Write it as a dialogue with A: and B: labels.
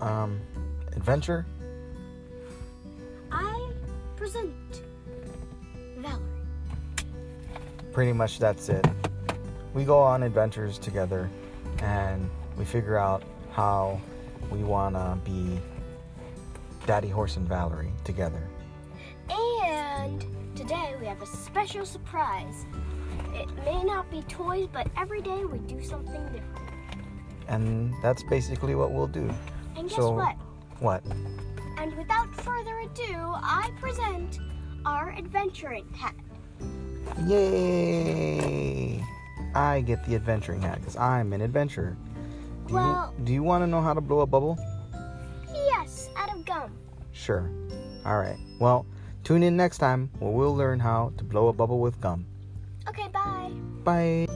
A: um, adventure.
B: I present Valerie.
A: Pretty much that's it. We go on adventures together and we figure out how we want to be Daddy Horse and Valerie together.
B: And today we have a special surprise. It may not be toys, but every day we do something different.
A: And that's basically what we'll do.
B: And guess
A: so,
B: what?
A: What?
B: And without further ado, I present our adventuring hat.
A: Yay! I get the adventuring hat because I'm an adventurer. Do
B: Well-
A: you, do you want to know how to blow a bubble?
B: Yes, out of gum.
A: Sure. All right. Well, tune in next time where we'll learn how to blow a bubble with gum.
B: Okay, bye.
A: Bye.